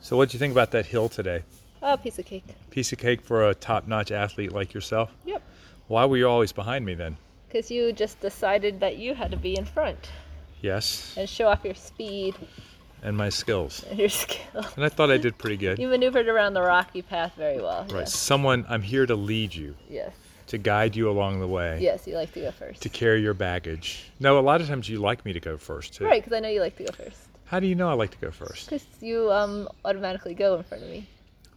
So, what'd you think about that hill today? Oh, piece of cake. Piece of cake for a top notch athlete like yourself? Yep. Why were you always behind me then? Because you just decided that you had to be in front Yes, and show off your speed and my skills. and your skill. And I thought I did pretty good. You maneuvered around the rocky path very well. Right. Someone, I'm here to lead you, Yes. to guide you along the way, Yes, you like to go first. to carry your baggage. No, a lot of times you like me to go first, too. Right, because I know you like to go first. How do you know I like to go first? Because you um, automatically go in front of me.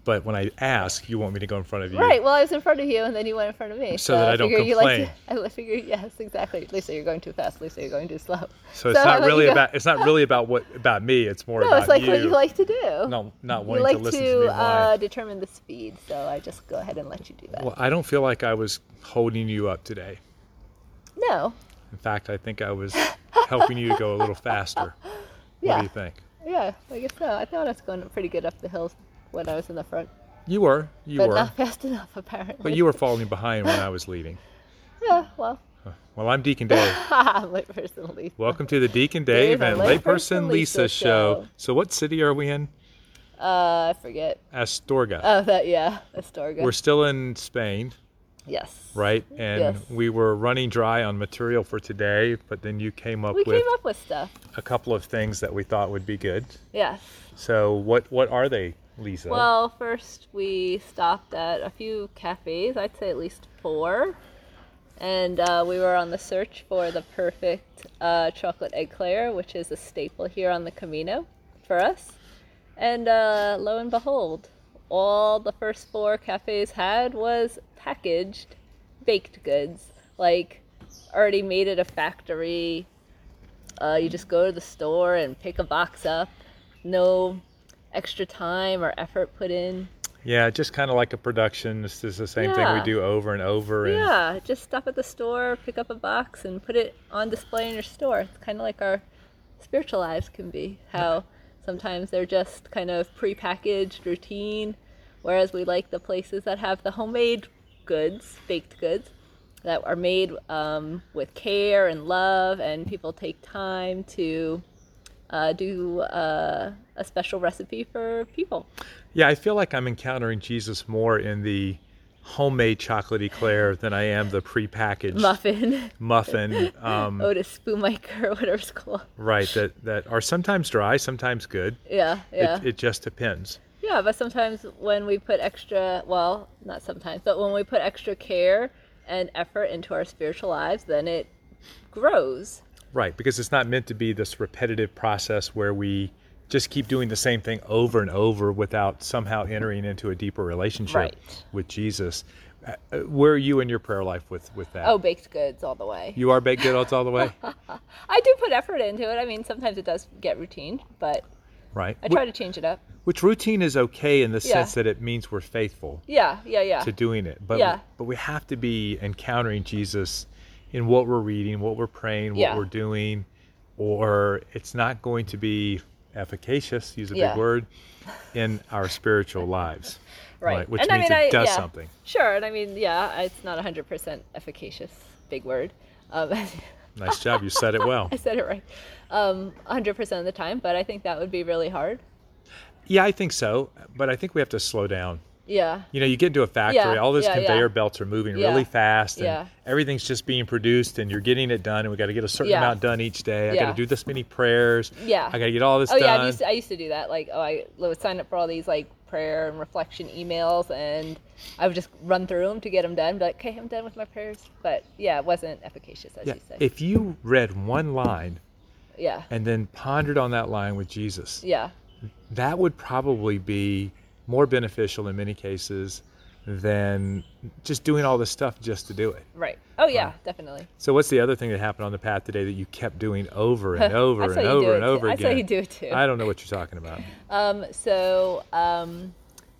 But when I ask, you want me to go in front of you. Right. Well, I was in front of you, and then you went in front of me. So that I don't figured you like to- complain. I figure, yes, exactly. Lisa, you're going too fast. Lisa, you're going too slow. So it's I not let you really go. about it's not really about what about me. It's more No, about it's like you. what you like to do. no, not You wanting like to to, listen to, me. whine. uh, determine the speed, so I just go ahead and let you do that. Well, I don't feel like I was holding you up today. no. In fact, I think I was helping you to go a little faster. What Yeah. do you think? Yeah, I guess so. I thought I was going pretty good up the hills when I was in the front, You were, you but were, not fast enough apparently. but you were falling behind when I was leading. Yeah. Well, Well, I'm Deacon Dave. I'm late personally. Welcome to the Deacon Dave Dave and and Layperson Layperson Lisa Lisa show. show. So, what city are we in? Uh, I forget. Astorga. Oh, that yeah, Astorga. We're still in Spain, yes. right? And Yes. we were running dry on material for today, but then you came up We with came up with stuff. a couple of things that we thought would be good. Yes. So, what what are they, Lisa? Well, first we stopped at a few cafes. I'd say at least four, and uh, we were on the search for the perfect uh, chocolate eclair, which is a staple here on the Camino for us. And uh, lo and behold, all the first four cafes had was packaged baked goods, like already made at a factory. Uh, you just go to the store and pick a box up. No extra time or effort put in. Yeah, just kind of like a production. This is the same thing we Yeah. do over and over. And Yeah, just stop at the store, pick up a box, and put it on display in your store. It's kind of like our spiritual lives can be. How sometimes they're just kind of prepackaged, routine, whereas we like the places that have the homemade goods, baked goods, that are made um, with care and love, and people take time to uh, do uh, a special recipe for people. Yeah, I feel like I'm encountering Jesus more in the homemade chocolate eclair than I am the prepackaged Muffin. muffin. Um, Otis Spoonmaker or whatever it's called. right, that, that are sometimes dry, sometimes good. Yeah, yeah. It, it just depends. yeah, but sometimes when we put extra, well, not sometimes, but when we put extra care and effort into our spiritual lives, then it grows. Right, because it's not meant to be this repetitive process where we just keep doing the same thing over and over without somehow entering into a deeper relationship Right. with Jesus. Uh, uh, Where are you in your prayer life with, with that? Oh, baked goods all the way. You are baked good odds all the way? I do put effort into it. I mean, sometimes it does get routine, but Right. I try to change it up. Which routine is okay in the Yeah. sense that it means we're faithful Yeah, yeah, yeah. to doing it. But Yeah. but we have to be encountering Jesus in what we're reading, what we're praying, what Yeah. we're doing, or it's not going to be efficacious, use a Yeah. big word, in our spiritual lives. right. Which and means I mean, it I, does yeah, something. Sure. And I mean, yeah, it's not 100% efficacious. Big word. Um, Nice job. You said it well. I said it right. Um, 100% of the time, but I think that would be really hard. Yeah, I think so. But I think we have to slow down. Yeah. You know, you get into a factory, Yeah, all those yeah, yeah. conveyor belts are moving Yeah. really fast, and Yeah. everything's just being produced, and you're getting it done, and we got to get a certain Yeah. amount done each day. I got Yeah. to do this many prayers. Yeah. I got to get all this Oh yeah, I done. used, to, I used to do that. Like, oh, I would sign up for all these like prayer and reflection emails, and I would just run through them to get them done. Be like, okay, I'm done with my prayers. But yeah, it wasn't efficacious, as yeah. you said. If you read one line yeah, and then pondered on that line with Jesus, yeah, that would probably be more beneficial in many cases than just doing all this stuff just to do it. right. Oh yeah, definitely. So, what's the other thing that happened on the path today that you kept doing over and over I and saw you do over it and too. over I again? saw you do it too. I don't know what you're talking about. Um, so um,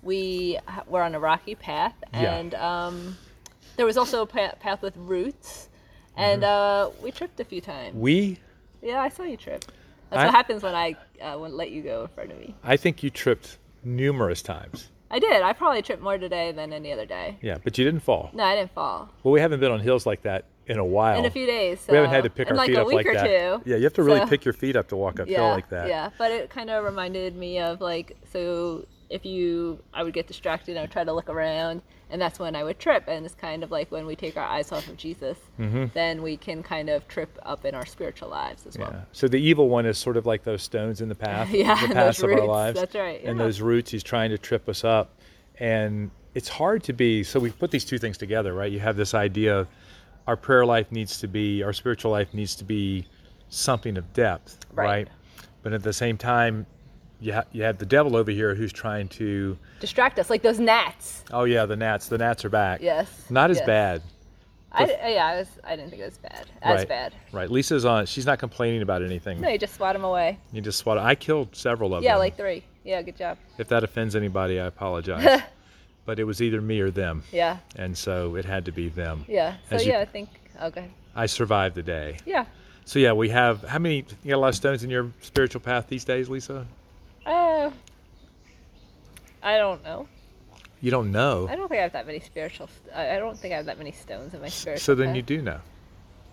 we ha- were on a rocky path, Yeah. and um, there was also a pa- path with roots, and Mm-hmm. uh, we tripped a few times. We Yeah, I saw you trip. That's I- what happens when I uh, wouldn't let you go in front of me. I think you tripped numerous times. I did. I probably tripped more today than any other day. Yeah, but you didn't fall. No, I didn't fall. Well, we haven't been on hills like that in a while. in a few days. So. we haven't had to pick in our like feet a up week like or that. Two. Yeah, you have to really So- pick your feet up to walk uphill yeah, like that. Yeah, but it kind of reminded me of like so if you I would get distracted and I would try to look around and that's when I would trip and it's kind of like when we take our eyes off of Jesus, Mm-hmm. then we can kind of trip up in our spiritual lives as well. Yeah. So the evil one is sort of like those stones in the path, Yeah, the those paths of our roots, lives. that's right, And yeah. those roots, he's trying to trip us up, and it's hard to be. So we put these two things together, right? You have this idea of our prayer life needs to be, our spiritual life needs to be something of depth, right? Right. But at the same time, you ha- you have the devil over here who's trying to. Distract us like those gnats. Oh yeah, the gnats. The gnats are back. Yes, Not as yes. bad. I, d- yeah, I was I didn't think it was bad. As right. bad. Right. Lisa's on. She's not complaining about anything. No, you just swat them away. You just swat. I killed several of Yeah, them. like three. Yeah, good job. If that offends anybody, I apologize. but it was either me or them. Yeah, And so it had to be them. yeah. So As you- yeah, I think. Okay. I survived the day. Yeah. So yeah, we have how many you got a lot of stones in your spiritual path these days, Lisa? Uh, I don't know. You don't know. I don't think I have that many spiritual. St- I I don't think I have that many stones in my spiritual. so then path. you do know.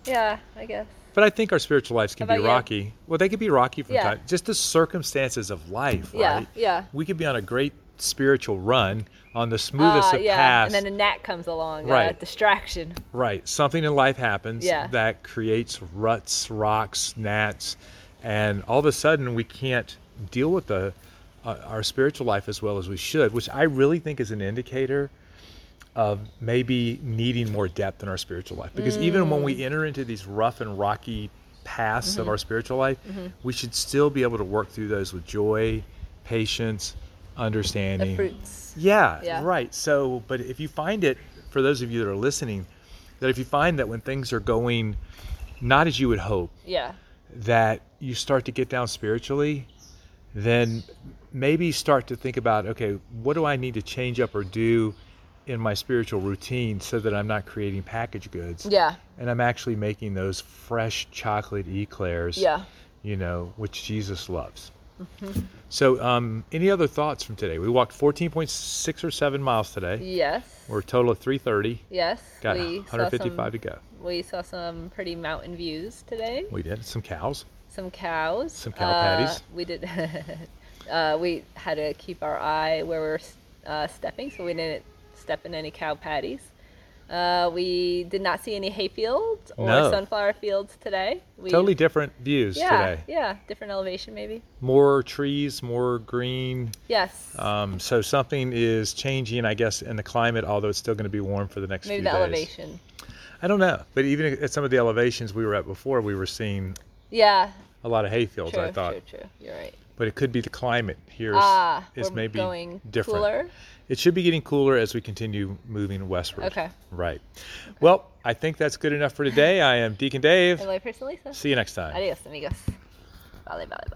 Yeah, I guess. But I think our spiritual lives can How be about you? rocky. Well, they could be rocky from Yeah. time. Just the circumstances of life, Yeah, right? yeah. We could be on a great spiritual run on the smoothest Ah, of yeah, paths. and then a gnat comes along. Uh, Right. distraction. Right. Something in life happens Yeah. that creates ruts, rocks, gnats, and all of a sudden we can't deal with the uh, our spiritual life as well as we should, which I really think is an indicator of maybe needing more depth in our spiritual life. Because even when we enter into these rough and rocky paths of our spiritual life, we should still be able to work through those with joy, patience, understanding. The fruits. Yeah, Yeah. right. So, but if you find it, for those of you that are listening, that if you find that when things are going not as you would hope, Yeah. that you start to get down spiritually, then maybe start to think about okay, what do I need to change up or do in my spiritual routine so that I'm not creating packaged goods? Yeah. And I'm actually making those fresh chocolate eclairs, Yeah. you know, which Jesus loves. Mm-hmm. So, um, any other thoughts from today? We walked 14.6 or 7 miles today. Yes. We're a total of 330. Yes. Got we saw 155 some. to go. We saw some pretty mountain views today. We did. Some cows. Some cows. Some cow Uh, patties. we did. uh, we had to keep our eye where we were uh, stepping, so we didn't step in any cow patties. Uh, we did not see any hay fields or No. sunflower fields today. We, Totally different views yeah, today. Yeah, different elevation maybe. More trees, more green. Yes. Um, so something is changing, I guess, in the climate, although it's still going to be warm for the next maybe few the days. elevation. I don't know. But even at some of the elevations we were at before, we were seeing Yeah. a lot of hay fields, True. I thought. True. True. You're right. But it could be the climate here is, Ah, is we're maybe going different. cooler. It should be getting cooler as we continue moving westward. Okay. Right. Well, I think that's good enough for today. I am Deacon Dave. And my person Lisa. See you next time. Adios, amigos. Vale, vale, vale.